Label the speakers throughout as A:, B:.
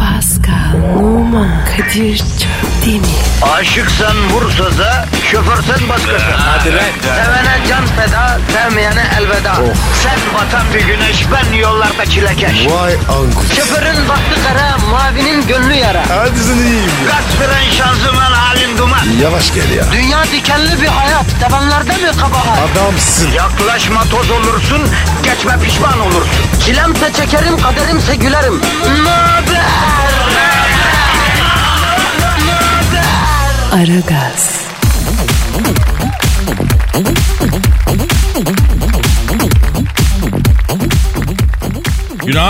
A: Pascal, Oman, Kadir çok değil mi?
B: Aşıksan vursa da şoförsen başkasın. Hadi
C: lan.
B: Sevene can feda, sevmeyene elveda. Sen batan bir güneş, ben yollarda çilekeş.
C: Vay anku.
B: Şoförün baktı kara, mavinin gönlü yara.
C: Hadi sen iyiyim ya.
B: Kasperen şanzıman halin duman.
C: Yavaş gel ya.
B: Dünya dikenli bir hayat, sevenlerde mi kabahar?
C: Adamsın.
B: Yaklaşma toz olursun, geçme pişman olursun. Çilemse çekerim, kaderimse gülerim. Möber!
A: Aragaz,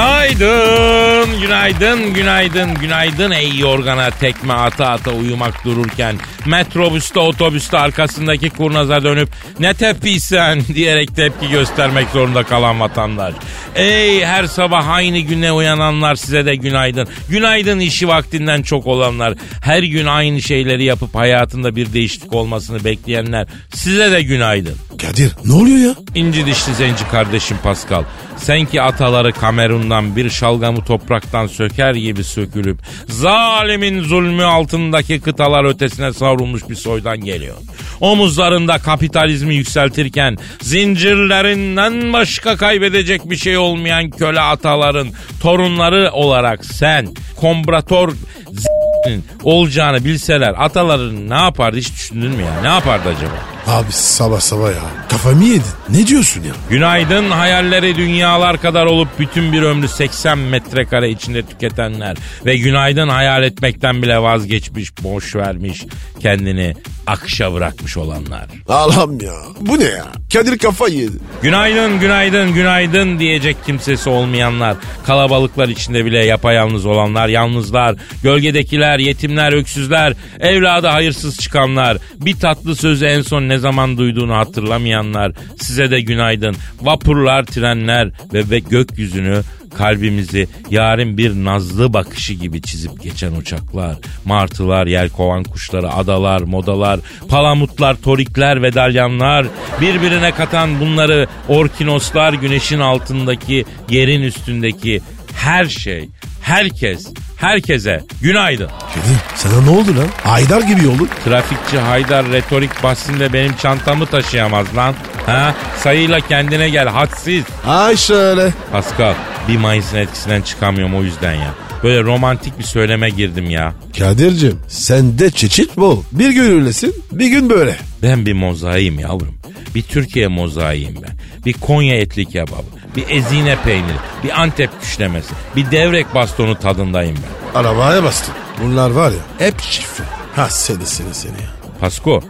D: Günaydın, günaydın, günaydın, günaydın ey yorgana tekme ata ata uyumak dururken metrobüste otobüste arkasındaki kurnaza dönüp ne tepkiysen diyerek tepki göstermek zorunda kalan vatandaş. Ey her sabah aynı güne uyananlar size de günaydın. Günaydın işi vaktinden çok olanlar. Her gün aynı şeyleri yapıp hayatında bir değişiklik olmasını bekleyenler size de günaydın.
C: Kadir ne oluyor ya?
D: İnci dişli zenci kardeşim Pascal. Sen ki ataları Kamerun'dan bir şalgamı topraktan söker gibi sökülüp zalimin zulmü altındaki kıtalar ötesine savrulmuş bir soydan geliyor. Omuzlarında kapitalizmi yükseltirken zincirlerinden başka kaybedecek bir şey olmayan köle ataların torunları olarak sen kombrator z***nin olacağını bilseler ataların ne yapardı hiç düşündün mü ya? Ne yapardı acaba?
C: Abi sabah sabah ya. Kafamı yedin. Ne diyorsun ya?
D: Günaydın hayalleri dünyalar kadar olup bütün bir ömrü 80 metrekare içinde tüketenler ve günaydın hayal etmekten bile vazgeçmiş, boş vermiş, kendini akışa bırakmış olanlar.
C: Alam ya. Bu ne ya? Kadir kafa yedi.
D: Günaydın, günaydın, günaydın diyecek kimsesi olmayanlar, kalabalıklar içinde bile yapayalnız olanlar, yalnızlar, gölgedekiler, yetimler, öksüzler, evladı hayırsız çıkanlar, bir tatlı sözü en son ne zaman duyduğunu hatırlamayanlar, size de günaydın. Vapurlar, trenler ve, ve gökyüzünü kalbimizi yarın bir nazlı bakışı gibi çizip geçen uçaklar, martılar, yelkovan kuşları, adalar, modalar, palamutlar, torikler ve dalyanlar, birbirine katan bunları orkinoslar, güneşin altındaki, yerin üstündeki her şey, herkes, herkese günaydın.
C: Kadir sana ne oldu lan? Aydar gibi oldun.
D: Trafikçi Haydar retorik bahsinde benim çantamı taşıyamaz lan. Ha? Sayıyla kendine gel, hadsiz.
C: Ay şöyle.
D: Pascal bir Mayıs'ın etkisinden çıkamıyorum o yüzden ya. Böyle romantik bir söyleme girdim ya.
C: Kadir'cim sen de çeşit bol. Bir gün öylesin bir gün böyle.
D: Ben bir mozaiğim yavrum. Bir Türkiye mozaiğim ben. Bir Konya etli kebabı, bir ezine peyniri, bir Antep küşlemesi, bir devrek bastonu tadındayım ben.
C: Arabaya bastın. Bunlar var ya hep şifre. Ha seni seni seni ya.
D: Pasko,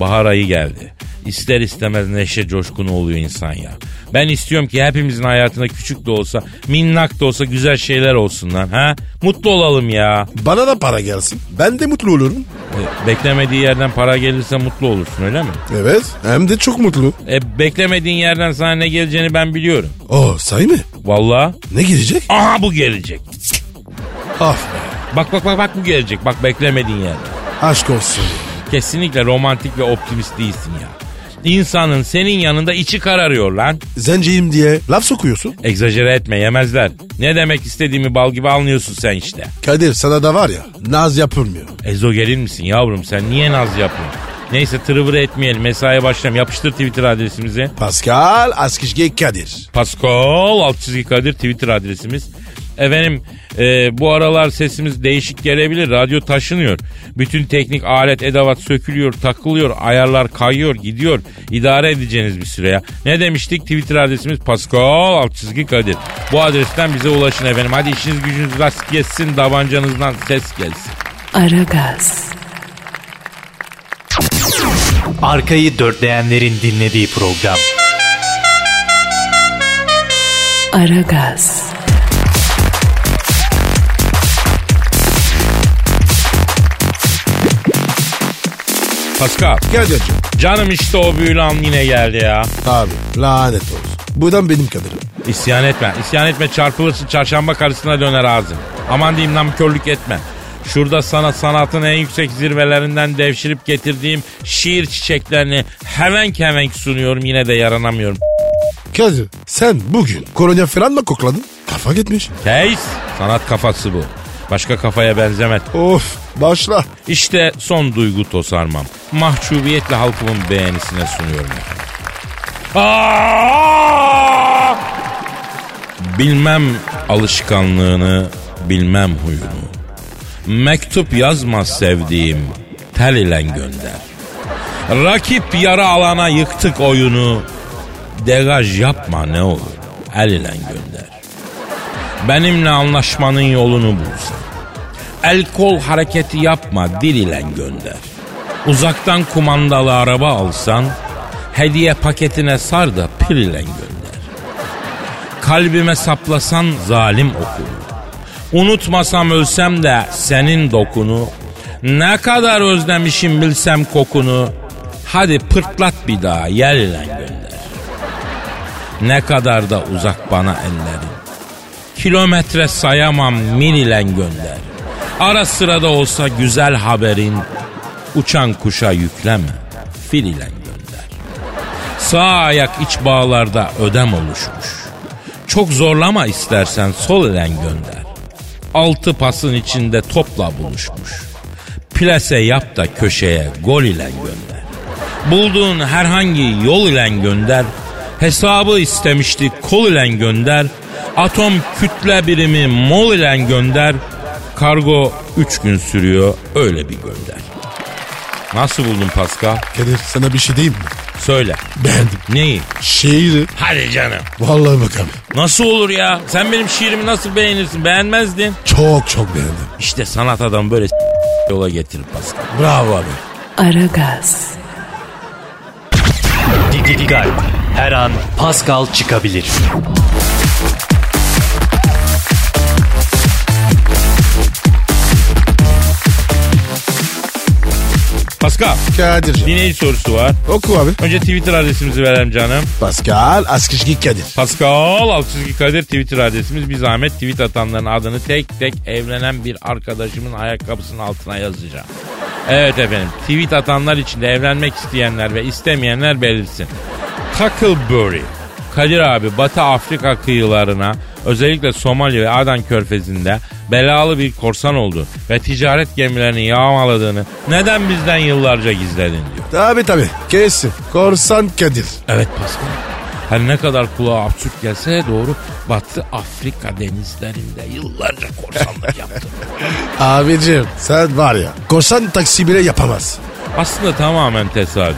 D: bahar ayı geldi. İster istemez neşe coşkunu oluyor insan ya. Ben istiyorum ki hepimizin hayatında küçük de olsa, minnak da olsa güzel şeyler olsun lan. Ha? Mutlu olalım ya.
C: Bana da para gelsin. Ben de mutlu olurum.
D: E, Beklemediği yerden para gelirse mutlu olursun öyle mi?
C: Evet hem de çok mutlu.
D: E, beklemediğin yerden sana ne geleceğini ben biliyorum.
C: Oo Oh, say mı?
D: Vallahi.
C: Ne girecek?
D: Aha bu gelecek.
C: Af be.
D: Bak bak bak bak bu gelecek. Bak beklemediğin yerden.
C: Aşk olsun.
D: Kesinlikle romantik ve optimist değilsin ya. İnsanın senin yanında içi kararıyor lan.
C: Zenciyim diye laf sokuyorsun.
D: Egzajere etme yemezler. Ne demek istediğimi bal gibi anlıyorsun sen işte.
C: Kadir sana da var ya naz yapılmıyor.
D: Ezo gelin misin yavrum sen niye naz yapıyorsun? Neyse tırıvırı etmeyelim mesaiye başlayalım. Yapıştır Twitter adresimizi.
C: Pascal Askışge Kadir.
D: Pascal alt çizgi Kadir Twitter adresimiz. Efendim e, bu aralar sesimiz değişik gelebilir. Radyo taşınıyor. Bütün teknik alet edavat sökülüyor, takılıyor. Ayarlar kayıyor, gidiyor. İdare edeceğiniz bir süre ya. Ne demiştik? Twitter adresimiz Pascal alt çizgi Kadir. Bu adresten bize ulaşın efendim. Hadi işiniz gücünüz rast gelsin. Davancanızdan ses gelsin.
A: Aragaz,
E: Arkayı dörtleyenlerin dinlediği program.
A: Aragaz,
D: Pascal.
C: Kadir'cim.
D: Canım işte o büyülü an yine geldi ya.
C: Abi lanet olsun. Buradan benim Kadir'im.
D: İsyan etme. İsyan etme çarpılırsın çarşamba karşısına döner ağzın. Aman diyeyim namkörlük etme. Şurada sana sanatın en yüksek zirvelerinden devşirip getirdiğim şiir çiçeklerini hemen hemenk sunuyorum yine de yaranamıyorum.
C: Kadir sen bugün kolonya falan mı kokladın? Kafa gitmiş.
D: Teis sanat kafası bu. Başka kafaya benzemez.
C: Of başla.
D: İşte son duygu tosarmam. Mahcubiyetle halkımın beğenisine sunuyorum efendim. Aa! Bilmem alışkanlığını, bilmem huyunu. Mektup yazma sevdiğim, tel ile gönder. Rakip yara alana yıktık oyunu. Degaj yapma ne olur, el ile gönder. Benimle anlaşmanın yolunu bulsan. El kol hareketi yapma dil ile gönder. Uzaktan kumandalı araba alsan hediye paketine sar da pil ile gönder. Kalbime saplasan zalim okunu. Unutmasam ölsem de senin dokunu. Ne kadar özlemişim bilsem kokunu. Hadi pırtlat bir daha yer ile gönder. Ne kadar da uzak bana ellerin. Kilometre sayamam mil ile gönder. Ara sıra da olsa güzel haberin uçan kuşa yükleme fil ile gönder. Sağ ayak iç bağlarda ödem oluşmuş. Çok zorlama istersen sol ile gönder. Altı pasın içinde topla buluşmuş. Plase yap da köşeye gol ile gönder. Bulduğun herhangi yol ile gönder. Hesabı istemiştik kol ile gönder. Atom kütle birimi mol ile gönder. Kargo 3 gün sürüyor öyle bir gönder. Nasıl buldun Pascal?
C: Kadir sana bir şey diyeyim mi?
D: Söyle.
C: Beğendim.
D: Neyi?
C: Şiiri.
D: Hadi canım.
C: Vallahi bak abi.
D: Nasıl olur ya? Sen benim şiirimi nasıl beğenirsin? Beğenmezdin.
C: Çok çok beğendim.
D: İşte sanat adam böyle yola getirir Pascal.
C: Bravo abi.
A: Aragaz,
E: Didi Digal. Her an Pascal çıkabilir.
D: Pascal,
C: Kadir'cim.
D: dinleyici sorusu var.
C: Oku abi.
D: Önce Twitter adresimizi verelim canım.
C: Pascal Askışki Kadir.
D: Pascal Altçizgi Kadir Twitter adresimiz. Bir zahmet tweet atanların adını tek tek evlenen bir arkadaşımın ayakkabısının altına yazacağım. Evet efendim tweet atanlar içinde evlenmek isteyenler ve istemeyenler belirsin. Tacklebury. Kadir abi Batı Afrika kıyılarına özellikle Somali ve Adan körfezinde belalı bir korsan oldu ve ticaret gemilerini yağmaladığını neden bizden yıllarca gizledin diyor.
C: Tabi tabi. Kesin. Korsan Kadir.
D: Evet Pascal. Her ne kadar kulağa absürt gelse de doğru Batı Afrika denizlerinde yıllarca korsanlık yaptım.
C: Abicim sen var ya. Korsan taksi bile yapamaz.
D: Aslında tamamen tesadüf.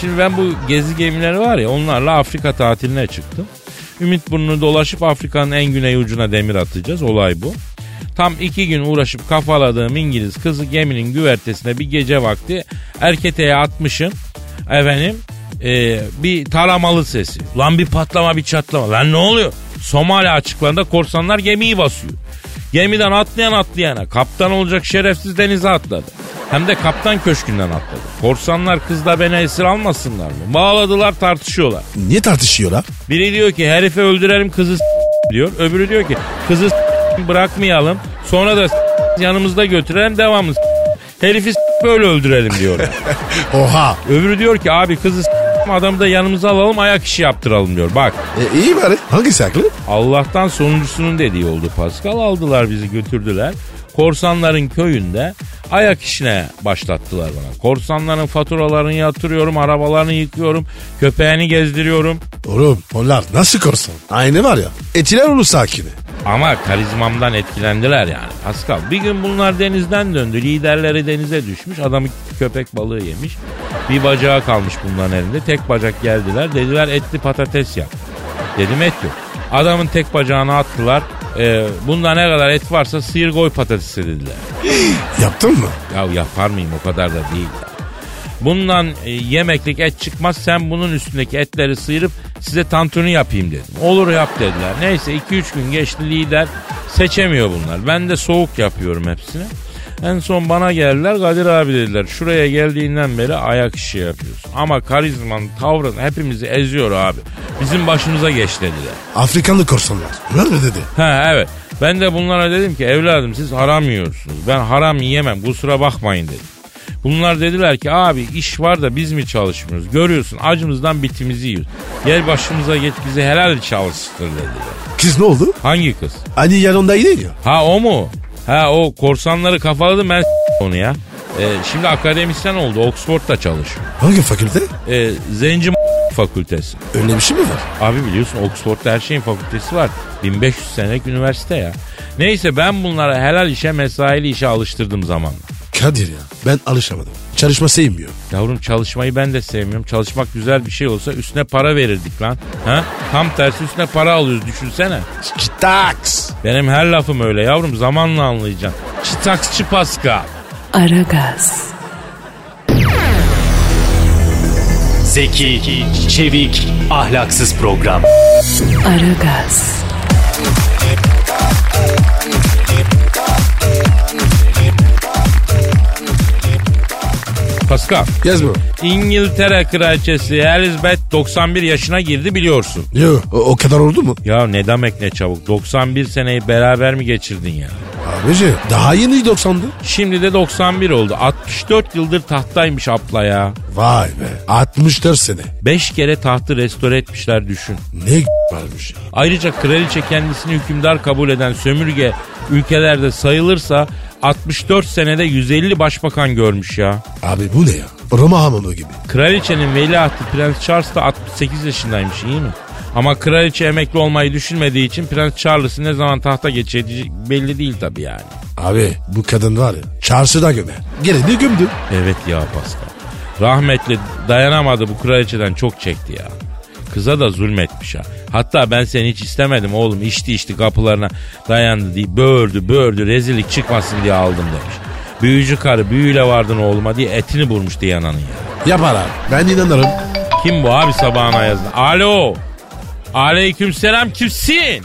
D: Şimdi ben bu gezi gemileri var ya onlarla Afrika tatiline çıktım. Ümit burnunu dolaşıp Afrika'nın en güney ucuna demir atacağız. Olay bu. Tam iki gün uğraşıp kafaladığım İngiliz kızı geminin güvertesine bir gece vakti erketeye atmışım. Efendim e, bir taramalı sesi. Lan bir patlama bir çatlama. Lan ne oluyor? Somali açıklarında korsanlar gemiyi basıyor. Gemiden atlayan atlayana kaptan olacak şerefsiz denize atladı. Hem de kaptan köşkünden atladı. Korsanlar kızla beni esir almasınlar mı? Bağladılar tartışıyorlar.
C: Niye tartışıyorlar?
D: Biri diyor ki herifi öldürelim kızı s- diyor. Öbürü diyor ki kızı s- bırakmayalım. Sonra da s- yanımızda götürelim devamlı s- Herifi s- böyle öldürelim diyorlar.
C: Oha.
D: Öbürü diyor ki abi kızı s- adamı da yanımıza alalım ayak işi yaptıralım diyor. Bak
C: E, iyi bari. Hangisi haklı?
D: Allah'tan sonuncusunun dediği oldu Pascal. Aldılar bizi götürdüler. Korsanların köyünde ayak işine başlattılar bana. Korsanların faturalarını yatırıyorum, arabalarını yıkıyorum, köpeğini gezdiriyorum.
C: Oğlum onlar nasıl korsan? Aynı var ya. Etiler olur sakini.
D: Ama karizmamdan etkilendiler yani Pascal. Bir gün bunlar denizden döndü. Liderleri denize düşmüş. Adamı köpek balığı yemiş. Bir bacağı kalmış bunların elinde. Tek bacak geldiler. Dediler etli patates yap. Dedim et yok. Adamın tek bacağını attılar. Ee, bunda ne kadar et varsa sıyır koy patatesi dediler.
C: Yaptın mı?
D: Ya yapar mıyım o kadar da değil. Bundan e, yemeklik et çıkmaz sen bunun üstündeki etleri sıyırıp size tantuni yapayım dedim. Olur yap dediler. Neyse 2-3 gün geçti lider seçemiyor bunlar. Ben de soğuk yapıyorum hepsini. En son bana geldiler Kadir abi dediler şuraya geldiğinden beri ayak işi yapıyorsun. Ama karizman tavrın hepimizi eziyor abi. Bizim başımıza geç dediler.
C: Afrikanlı korsanlar. Öyle mi dedi?
D: Ha evet. Ben de bunlara dedim ki evladım siz haram yiyorsunuz. Ben haram yiyemem kusura bakmayın dedim. Bunlar dediler ki abi iş var da biz mi çalışmıyoruz? Görüyorsun acımızdan bitimizi yiyoruz. Gel başımıza geç bizi helal çalıştır dediler.
C: Kız ne oldu?
D: Hangi kız?
C: Hani yanındaydı ya.
D: Ha o mu? Ha o korsanları kafaladım ben s- onu ya. E, şimdi akademisyen oldu. Oxford'da çalışıyor.
C: Hangi fakülte?
D: E, Zenci fakültesi.
C: Öyle bir şey mi var?
D: Abi biliyorsun Oxford'da her şeyin fakültesi var. 1500 senelik üniversite ya. Neyse ben bunlara helal işe mesaili işe alıştırdım zamanla.
C: Kadir ya ben alışamadım. Çalışma sevmiyor.
D: Yavrum çalışmayı ben de sevmiyorum. Çalışmak güzel bir şey olsa üstüne para verirdik lan. Ha? Tam tersi üstüne para alıyoruz düşünsene.
C: Kitaks.
D: Benim her lafım öyle yavrum zamanla anlayacaksın. Çıtaksçı Pascal.
A: Aragaz,
E: Zeki, çevik, ahlaksız program.
A: Aragaz,
D: Pascal.
C: Yaz mı?
D: İngiltere Kraliçesi Elizabeth 91 yaşına girdi biliyorsun.
C: Yo o, o kadar oldu mu?
D: Ya ne demek ne çabuk. 91 seneyi beraber mi geçirdin ya?
C: Abici daha yeni 90'dı.
D: Şimdi de 91 oldu. 64 yıldır tahttaymış abla ya.
C: Vay be 64 sene.
D: 5 kere tahtı restore etmişler düşün.
C: Ne varmış ya.
D: Ayrıca kraliçe kendisini hükümdar kabul eden sömürge ülkelerde sayılırsa 64 senede 150 başbakan görmüş ya.
C: Abi bu ne ya? Roma hamamı gibi.
D: Kraliçenin veliahtı Prens Charles da 68 yaşındaymış iyi mi? Ama kraliçe emekli olmayı düşünmediği için Prens Charles'ı ne zaman tahta geçeceği belli değil tabii yani.
C: Abi bu kadın var ya çarşıda gömer. Gene de gömdü.
D: Evet ya Pascal. Rahmetli dayanamadı bu kraliçeden çok çekti ya. Kıza da zulmetmiş ha. Hatta ben seni hiç istemedim oğlum. İçti içti kapılarına dayandı diye böğürdü böğürdü rezillik çıkmasın diye aldım demiş. Büyücü karı büyüyle vardın oğluma diye etini bulmuş diye ananın ya.
C: Yapar abi. Ben inanırım.
D: Kim bu abi sabahına yazdı? Alo. Aleykümselam kimsin?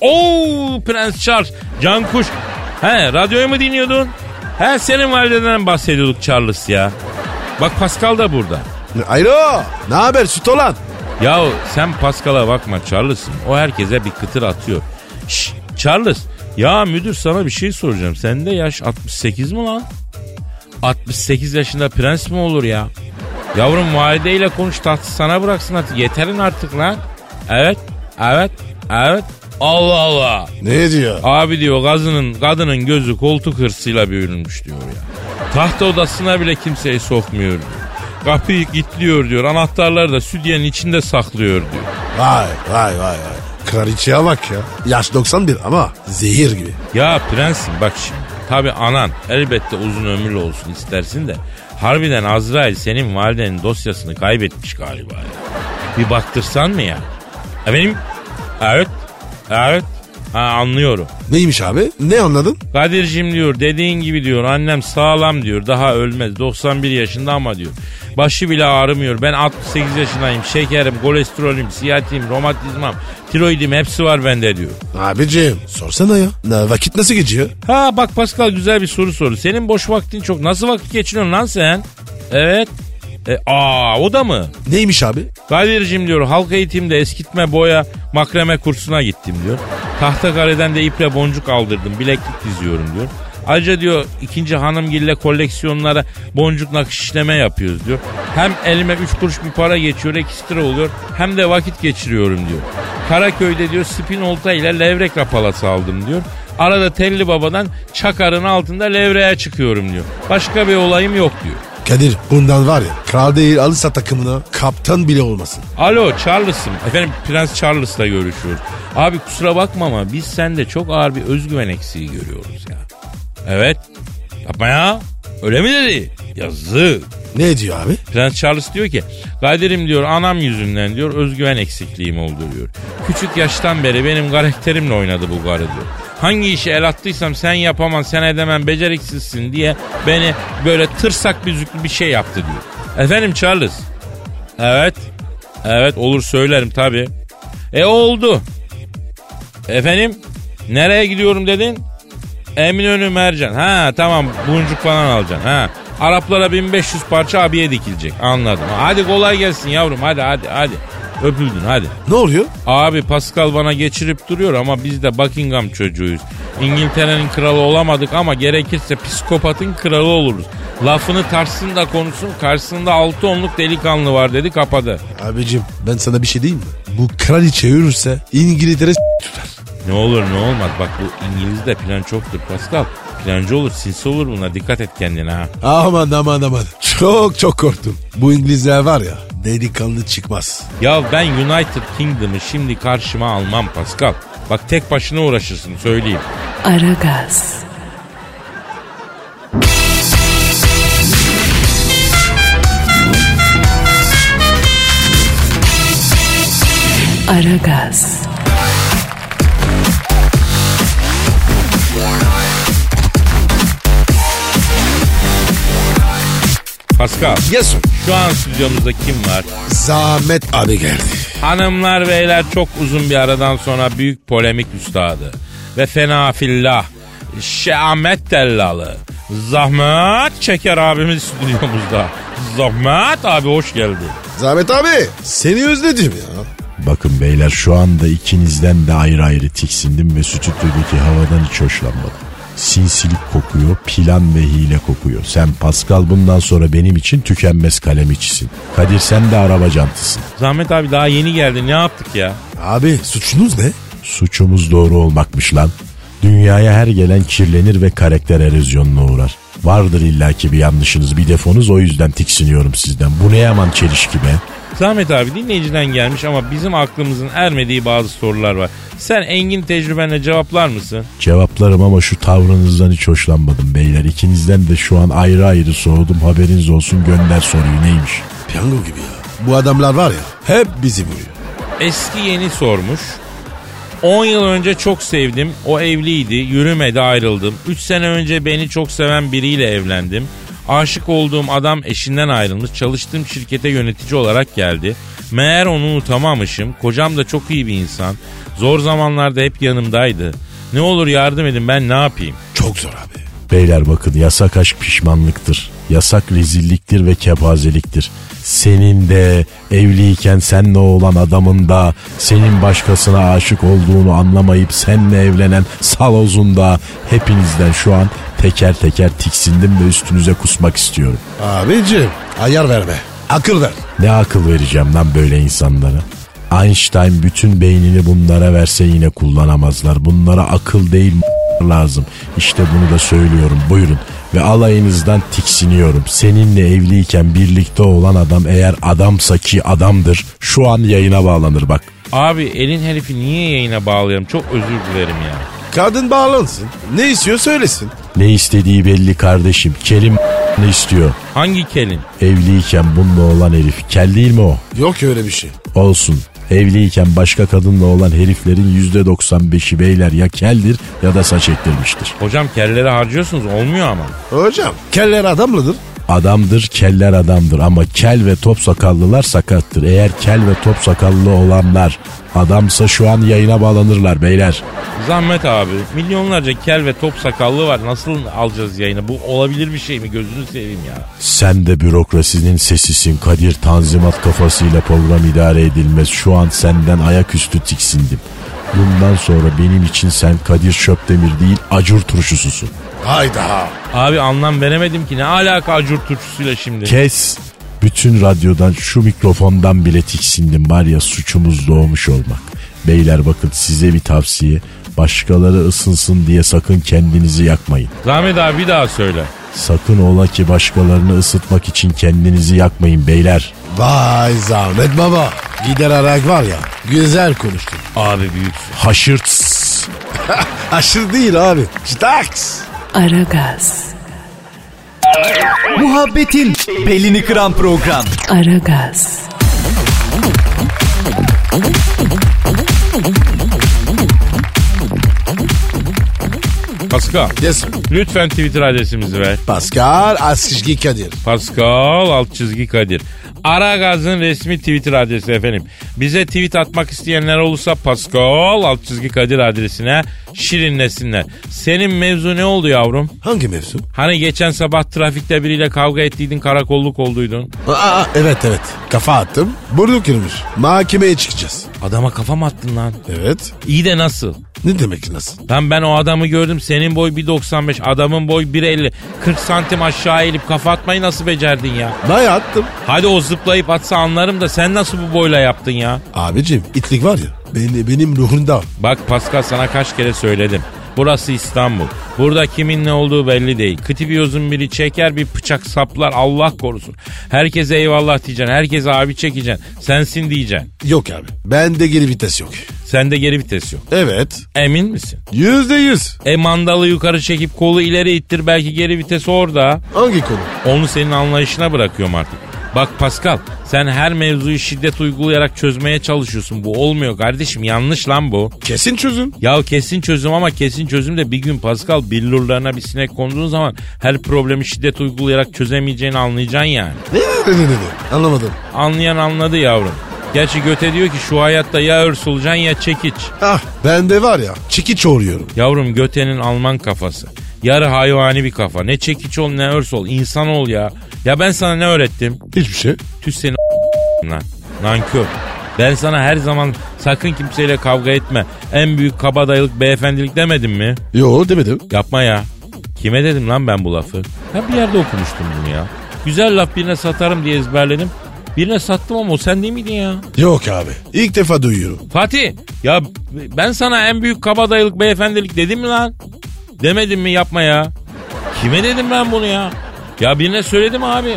D: Oo Prens Charles. Can Kuş. He radyoyu mu dinliyordun? He senin valideden bahsediyorduk Charles ya. Bak Pascal da burada.
C: Alo. Ne haber süt olan?
D: Ya sen Pascal'a bakma Charles'ın. O herkese bir kıtır atıyor. Şş, Charles ya müdür sana bir şey soracağım. Sende yaş 68 mi lan? 68 yaşında prens mi olur ya? Yavrum valideyle konuş tahtı sana bıraksın artık. Yeterin artık lan. Evet, evet, evet. Allah Allah.
C: Ne diyor?
D: Abi diyor gazının, kadının gözü koltuk hırsıyla büyülmüş diyor ya. Tahta odasına bile kimseyi sokmuyor diyor. Kapıyı kilitliyor diyor. Anahtarları da südyenin içinde saklıyor diyor.
C: Vay vay vay vay. Kraliçeye bak ya. Yaş 91 ama zehir gibi.
D: Ya prensim bak şimdi. Tabi anan elbette uzun ömürlü olsun istersin de. Harbiden Azrail senin validenin dosyasını kaybetmiş galiba. ya. Bir baktırsan mı ya? Efendim? Evet. Evet. Ha, anlıyorum.
C: Neymiş abi? Ne anladın?
D: Kadir'cim diyor dediğin gibi diyor annem sağlam diyor daha ölmez 91 yaşında ama diyor. Başı bile ağrımıyor ben 68 yaşındayım şekerim kolesterolüm siyatim romatizmam tiroidim hepsi var bende diyor.
C: Abicim sorsana ya. Na, vakit nasıl geçiyor?
D: Ha bak Pascal güzel bir soru soru senin boş vaktin çok nasıl vakit geçiriyorsun lan sen? Evet. E, aa o da mı?
C: Neymiş abi?
D: Kadir'cim diyor halk eğitimde eskitme boya makreme kursuna gittim diyor. Tahtakale'den de iple boncuk aldırdım bileklik diziyorum diyor. Ayrıca diyor ikinci hanımgille koleksiyonlara boncuk nakış işleme yapıyoruz diyor. Hem elime üç kuruş bir para geçiyor ekstra oluyor hem de vakit geçiriyorum diyor. Karaköy'de diyor spinolta ile levrek rapalası aldım diyor. Arada telli babadan çakarın altında levreye çıkıyorum diyor. Başka bir olayım yok diyor.
C: Kadir bundan var ya kral değil alırsa takımına kaptan bile olmasın.
D: Alo Charles'ım. Efendim Prens Charles'la görüşüyoruz. Abi kusura bakma ama biz sende çok ağır bir özgüven eksiği görüyoruz ya. Evet. Yapma ya. Öyle mi dedi? Yazık.
C: Ne diyor abi?
D: Prens Charles diyor ki Kadir'im diyor anam yüzünden diyor özgüven eksikliğim oldu diyor. Küçük yaştan beri benim karakterimle oynadı bu garı diyor. Hangi işe el attıysam sen yapamam sen edemem beceriksizsin diye beni böyle tırsak büzüklü bir şey yaptı diyor. Efendim Charles. Evet. Evet olur söylerim tabii. E oldu. Efendim nereye gidiyorum dedin? Eminönü Mercan. Ha tamam boncuk falan alacaksın. Ha. Araplara 1500 parça abiye dikilecek. Anladım. Hadi kolay gelsin yavrum. Hadi hadi hadi. Öpüldün hadi.
C: Ne oluyor?
D: Abi Pascal bana geçirip duruyor ama biz de Buckingham çocuğuyuz. İngiltere'nin kralı olamadık ama gerekirse psikopatın kralı oluruz. Lafını tarsın da konuşsun karşısında altı onluk delikanlı var dedi kapadı.
C: Abicim ben sana bir şey diyeyim mi? Bu kraliçe yürürse İngiltere s- tutar.
D: Ne olur ne olmaz. Bak bu İngiliz de plan çoktur Pascal. Plancı olur, sinsi olur bunlar. Dikkat et kendine ha.
C: Aman aman aman. Çok çok korktum. Bu İngilizler var ya delikanlı çıkmaz.
D: Ya ben United Kingdom'ı şimdi karşıma almam Pascal. Bak tek başına uğraşırsın söyleyeyim.
A: Aragaz, Aragaz,
D: Pascal
C: Yes.
D: şu an stüdyomuzda kim var?
C: Zahmet abi geldi.
D: Hanımlar beyler çok uzun bir aradan sonra büyük polemik üstadı ve fena fillah Şahmet Tellalı Zahmet Çeker abimiz stüdyomuzda. Zahmet abi hoş geldin.
C: Zahmet abi seni özledim ya.
F: Bakın beyler şu anda ikinizden de ayrı ayrı tiksindim ve stüdyodaki havadan hiç hoşlanmadım. Sinsilik kokuyor, plan ve hile kokuyor. Sen Pascal bundan sonra benim için tükenmez kalem içisin. Kadir sen de araba cantısın.
D: Zahmet abi daha yeni geldi ne yaptık ya?
C: Abi suçunuz ne?
F: Suçumuz doğru olmakmış lan. Dünyaya her gelen kirlenir ve karakter erozyonuna uğrar. Vardır illaki bir yanlışınız, bir defonuz o yüzden tiksiniyorum sizden. Bu ne yaman çelişki be.
D: Zahmet abi dinleyiciden gelmiş ama bizim aklımızın ermediği bazı sorular var. Sen engin tecrübenle cevaplar mısın?
F: Cevaplarım ama şu tavrınızdan hiç hoşlanmadım beyler. İkinizden de şu an ayrı ayrı soğudum. Haberiniz olsun gönder soruyu neymiş?
C: Piyango gibi ya. Bu adamlar var ya hep bizi vuruyor.
D: Eski yeni sormuş. 10 yıl önce çok sevdim. O evliydi. Yürümedi ayrıldım. 3 sene önce beni çok seven biriyle evlendim. Aşık olduğum adam eşinden ayrılmış. Çalıştığım şirkete yönetici olarak geldi. Meğer onu unutamamışım. Kocam da çok iyi bir insan. Zor zamanlarda hep yanımdaydı. Ne olur yardım edin ben ne yapayım?
C: Çok zor abi.
F: Beyler bakın yasak aşk pişmanlıktır. Yasak rezilliktir ve kepazeliktir. Senin de evliyken senle olan adamın da senin başkasına aşık olduğunu anlamayıp seninle evlenen salozun da hepinizden şu an teker teker tiksindim ve üstünüze kusmak istiyorum.
C: Abicim ayar verme. Akıl ver.
F: Ne akıl vereceğim lan böyle insanlara? Einstein bütün beynini bunlara verse yine kullanamazlar. Bunlara akıl değil lazım. İşte bunu da söylüyorum buyurun. Ve alayınızdan tiksiniyorum. Seninle evliyken birlikte olan adam eğer adamsa ki adamdır. Şu an yayına bağlanır bak.
D: Abi elin herifi niye yayına bağlıyorum? Çok özür dilerim ya.
C: Kadın bağlansın. Ne istiyor söylesin.
F: Ne istediği belli kardeşim. Kerim ne istiyor?
D: Hangi kelin?
F: Evliyken bununla olan herif. Kel değil mi o?
C: Yok öyle bir şey.
F: Olsun. Evliyken başka kadınla olan heriflerin %95'i beyler ya keldir ya da saç ektirmiştir.
D: Hocam kellere harcıyorsunuz olmuyor ama.
C: Hocam keller adamlıdır.
F: Adamdır, keller adamdır ama kel ve top sakallılar sakattır. Eğer kel ve top sakallı olanlar adamsa şu an yayına bağlanırlar beyler.
D: Zahmet abi milyonlarca kel ve top sakallı var nasıl alacağız yayını bu olabilir bir şey mi gözünü seveyim ya.
F: Sen de bürokrasinin sesisin Kadir Tanzimat kafasıyla program idare edilmez. Şu an senden ayaküstü tiksindim. Bundan sonra benim için sen Kadir Şöpdemir değil acur turşususun.
C: Hayda.
D: Abi anlam veremedim ki ne alaka acur turşusuyla şimdi.
F: Kes. Bütün radyodan şu mikrofondan bile tiksindim var ya suçumuz doğmuş olmak. Beyler bakın size bir tavsiye. Başkaları ısınsın diye sakın kendinizi yakmayın.
D: Zahmet abi bir daha söyle.
F: Sakın ola ki başkalarını ısıtmak için kendinizi yakmayın beyler.
C: Vay zahmet baba. Gider arak var ya güzel konuştun.
D: Abi büyüksün.
F: Haşırt.
C: Aşırı değil abi. Staks.
A: Aragaz,
G: Muhabbetin belini kıran program.
A: Aragaz,
D: Pascal
C: Yes. sir.
D: lütfen Twitter adresimizi ver.
C: Pascal Askizgi Kadir.
D: Pascal alt çizgi Kadir. Ara Gaz'ın resmi Twitter adresi efendim. Bize tweet atmak isteyenler olursa Pascal alt çizgi Kadir adresine şirinlesinler. Senin mevzu ne oldu yavrum?
C: Hangi mevzu?
D: Hani geçen sabah trafikte biriyle kavga ettiydin karakolluk olduydun.
C: Aa, evet evet. Kafa attım. Burnu kırmış. Mahkemeye çıkacağız.
D: Adama kafa mı attın lan?
C: Evet.
D: İyi de nasıl?
C: Ne demek ki nasıl?
D: Lan ben o adamı gördüm senin boy 1.95 adamın boy 1.50 40 santim aşağı eğilip kafa atmayı nasıl becerdin ya?
C: Daya attım.
D: Hadi o zıplayıp atsa anlarım da sen nasıl bu boyla yaptın ya?
C: Abicim itlik var ya. Beni, benim ruhumda.
D: Bak Pascal sana kaç kere söyledim. Burası İstanbul. Burada kimin ne olduğu belli değil. Kıtibiyozun biri çeker bir bıçak saplar Allah korusun. Herkese eyvallah diyeceksin. Herkese abi çekeceksin. Sensin diyeceksin.
C: Yok abi. Bende geri vites yok.
D: Sende geri vites yok.
C: Evet.
D: Emin misin?
C: Yüzde yüz.
D: E mandalı yukarı çekip kolu ileri ittir belki geri vites orada.
C: Hangi konu?
D: Onu senin anlayışına bırakıyorum artık. Bak Pascal sen her mevzuyu şiddet uygulayarak çözmeye çalışıyorsun. Bu olmuyor kardeşim yanlış lan bu.
C: Kesin çözüm.
D: Ya kesin çözüm ama kesin çözüm de bir gün Pascal billurlarına bir sinek konduğun zaman her problemi şiddet uygulayarak çözemeyeceğini anlayacaksın yani.
C: Ne ne ne ne ne? Anlamadım.
D: Anlayan anladı yavrum. Gerçi göte diyor ki şu hayatta ya örs olacaksın ya çekiç.
C: Ah ben de var ya çiki çoğuruyorum.
D: Yavrum götenin Alman kafası. Yarı hayvani bir kafa. Ne çekiç ol ne örs ol. İnsan ol ya. Ya ben sana ne öğrettim?
C: Hiçbir şey.
D: Tüh seni lan. Nankör. Ben sana her zaman sakın kimseyle kavga etme. En büyük kabadayılık beyefendilik demedim mi?
C: Yo demedim.
D: Yapma ya. Kime dedim lan ben bu lafı? Ha bir yerde okumuştum bunu ya. Güzel laf birine satarım diye ezberledim. Birine sattım ama o sen değil miydin ya?
C: Yok abi. İlk defa duyuyorum.
D: Fatih ya ben sana en büyük kabadayılık beyefendilik dedim mi lan? Demedim mi yapma ya. Kime dedim ben bunu ya? Ya birine söyledim abi.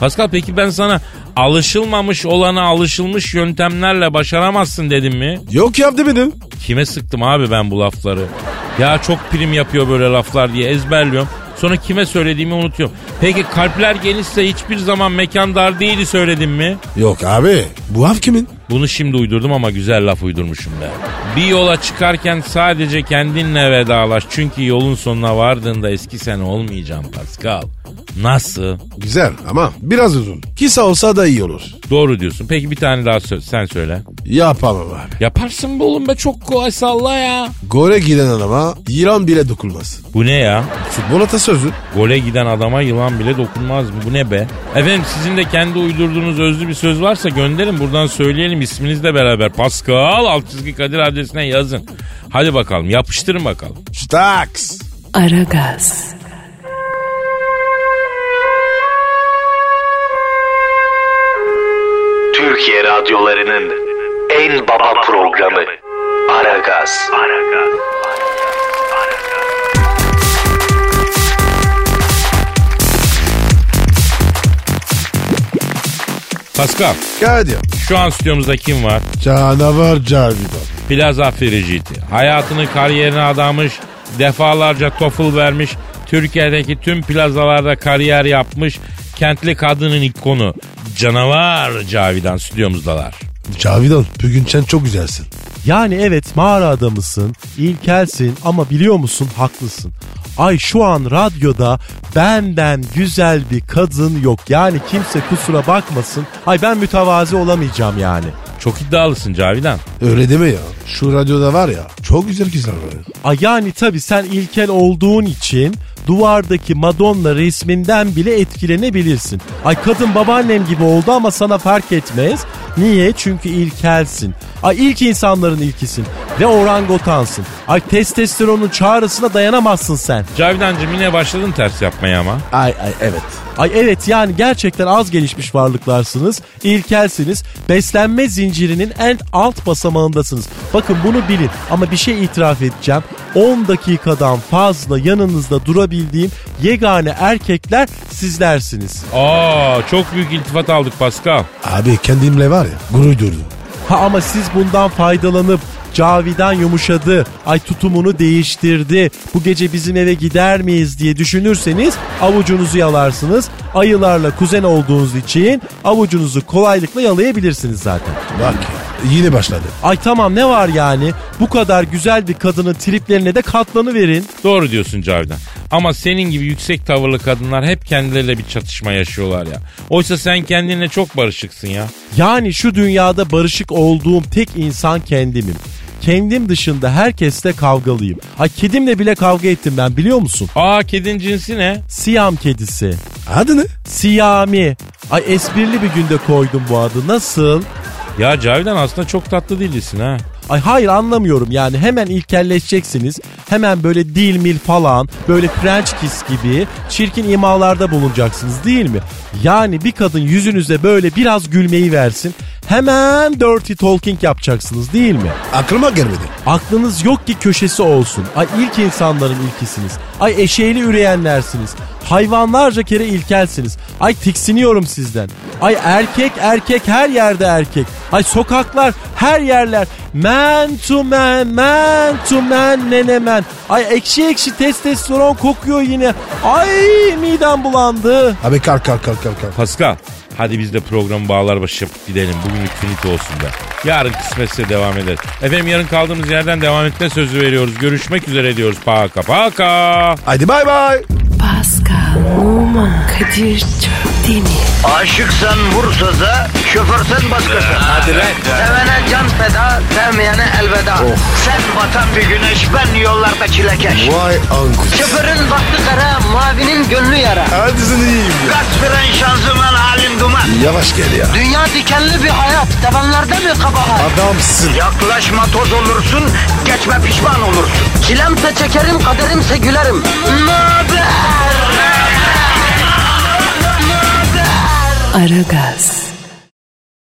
D: Pascal peki ben sana alışılmamış olana alışılmış yöntemlerle başaramazsın dedim mi?
C: Yok ya demedim.
D: Kime sıktım abi ben bu lafları? Ya çok prim yapıyor böyle laflar diye ezberliyorum. Sonra kime söylediğimi unutuyorum. Peki kalpler genişse hiçbir zaman mekan dar değildi söyledim mi?
C: Yok abi. Bu af kimin?
D: Bunu şimdi uydurdum ama güzel laf uydurmuşum be. Bir yola çıkarken sadece kendinle vedalaş. Çünkü yolun sonuna vardığında eski sen olmayacaksın Pascal. Nasıl?
C: Güzel ama biraz uzun. Kısa olsa da iyi olur.
D: Doğru diyorsun. Peki bir tane daha sö- sen söyle.
C: Yapamam abi.
D: Yaparsın be oğlum be çok kolay salla ya.
C: Gore giden adama İran bile dokunmaz.
D: Bu ne ya?
C: Futbol atasözü.
D: Gole giden adama yılan bile dokunmaz mı? Bu ne be? Efendim sizin de kendi uydurduğunuz özlü bir söz varsa gönderin buradan söyleyelim isminizle beraber. Pascal alt çizgi Kadir adresine yazın. Hadi bakalım yapıştırın bakalım.
C: Staks.
A: Aragaz.
H: Türkiye radyolarının en baba programı Aragaz.
D: Pascal
C: Kadir.
D: şu an stüdyomuzda kim var?
C: Canavar Cavidan.
D: Plaza Ferijiti. Hayatını kariyerine adamış, defalarca TOEFL vermiş, Türkiye'deki tüm plazalarda kariyer yapmış, kentli kadının ikonu Canavar Cavidan stüdyomuzdalar.
C: Cavidan bugün sen çok güzelsin.
F: Yani evet mağara adamısın, ilkelsin ama biliyor musun haklısın. Ay şu an radyoda benden güzel bir kadın yok. Yani kimse kusura bakmasın. Ay ben mütevazi olamayacağım yani.
D: Çok iddialısın Cavidan.
C: Öyle deme ya. Şu radyoda var ya çok güzel kızlar var. ya.
F: Ay yani tabii sen ilkel olduğun için duvardaki Madonna resminden bile etkilenebilirsin. Ay kadın babaannem gibi oldu ama sana fark etmez. Niye? Çünkü ilkelsin. Ay ilk insanların ilkisin ve orangotansın. Ay testosteronun çağrısına dayanamazsın sen.
D: Cavidancım yine başladın ters yapmaya ama.
F: Ay ay evet. Ay evet yani gerçekten az gelişmiş varlıklarsınız, ilkelsiniz, beslenme zincirinin en alt basamağındasınız. Bakın bunu bilin ama bir şey itiraf edeceğim. 10 dakikadan fazla yanınızda durabildiğim yegane erkekler sizlersiniz.
D: Aa çok büyük iltifat aldık Pascal.
C: Abi kendimle var ya gurur duydum.
F: Ha ama siz bundan faydalanıp Cavidan yumuşadı, ay tutumunu değiştirdi, bu gece bizim eve gider miyiz diye düşünürseniz avucunuzu yalarsınız. Ayılarla kuzen olduğunuz için avucunuzu kolaylıkla yalayabilirsiniz zaten.
C: Bak ya yine başladı.
F: Ay tamam ne var yani bu kadar güzel bir kadının triplerine de katlanı verin.
D: Doğru diyorsun Cavidan. Ama senin gibi yüksek tavırlı kadınlar hep kendileriyle bir çatışma yaşıyorlar ya. Oysa sen kendinle çok barışıksın ya.
F: Yani şu dünyada barışık olduğum tek insan kendimim. Kendim dışında herkesle kavgalıyım. Ay kedimle bile kavga ettim ben biliyor musun?
D: Aa kedin cinsi ne?
F: Siyam kedisi.
C: Adı ne?
F: Siyami. Ay esprili bir günde koydum bu adı. Nasıl?
D: Ya Cavidan aslında çok tatlı değilsin ha.
F: Ay hayır anlamıyorum yani hemen ilkelleşeceksiniz. Hemen böyle dil mil falan böyle French kiss gibi çirkin imalarda bulunacaksınız değil mi? Yani bir kadın yüzünüze böyle biraz gülmeyi versin. hemen dirty talking yapacaksınız değil mi?
C: Aklıma gelmedi.
F: Aklınız yok ki köşesi olsun. Ay ilk insanların ilkisiniz. Ay eşeğli üreyenlersiniz. Hayvanlarca kere ilkelsiniz. Ay tiksiniyorum sizden. Ay erkek erkek her yerde erkek. Ay sokaklar her yerler. Man to man, man to man, menemen. Ay ekşi ekşi testosteron kokuyor yine. Ay midem bulandı.
C: Abi kalk kalk kalk kalk. kalk.
D: Pascal hadi biz de programı bağlar başı yapıp gidelim. Bugünlük finito olsun da. Yarın kısmetse devam eder. Efendim yarın kaldığımız yerden devam etme sözü veriyoruz. Görüşmek üzere diyoruz. Paka paka.
C: Hadi bay bay.
A: Pascal, Oman, Kadir çok değil mi?
B: Aşıksan vursa da, şoförsen başkasın. Hadi lan. Oh. Sevene can feda, sevmeyene elveda. Sen batan bir güneş, ben yollarda çilekeş.
C: Vay anku.
B: Şoförün baktı kara, mavinin gönlü yara.
C: Hadi sen iyiyim ya.
B: Kasperen şanzıman halin duman.
C: Yavaş gel ya.
B: Dünya dikenli bir hayat, sevenlerde mi kabahar?
C: Adamsın.
B: Yaklaşma toz olursun, geçme pişman olursun. Çilemse çekerim, kaderimse gülerim. Möber!
A: Aragaz.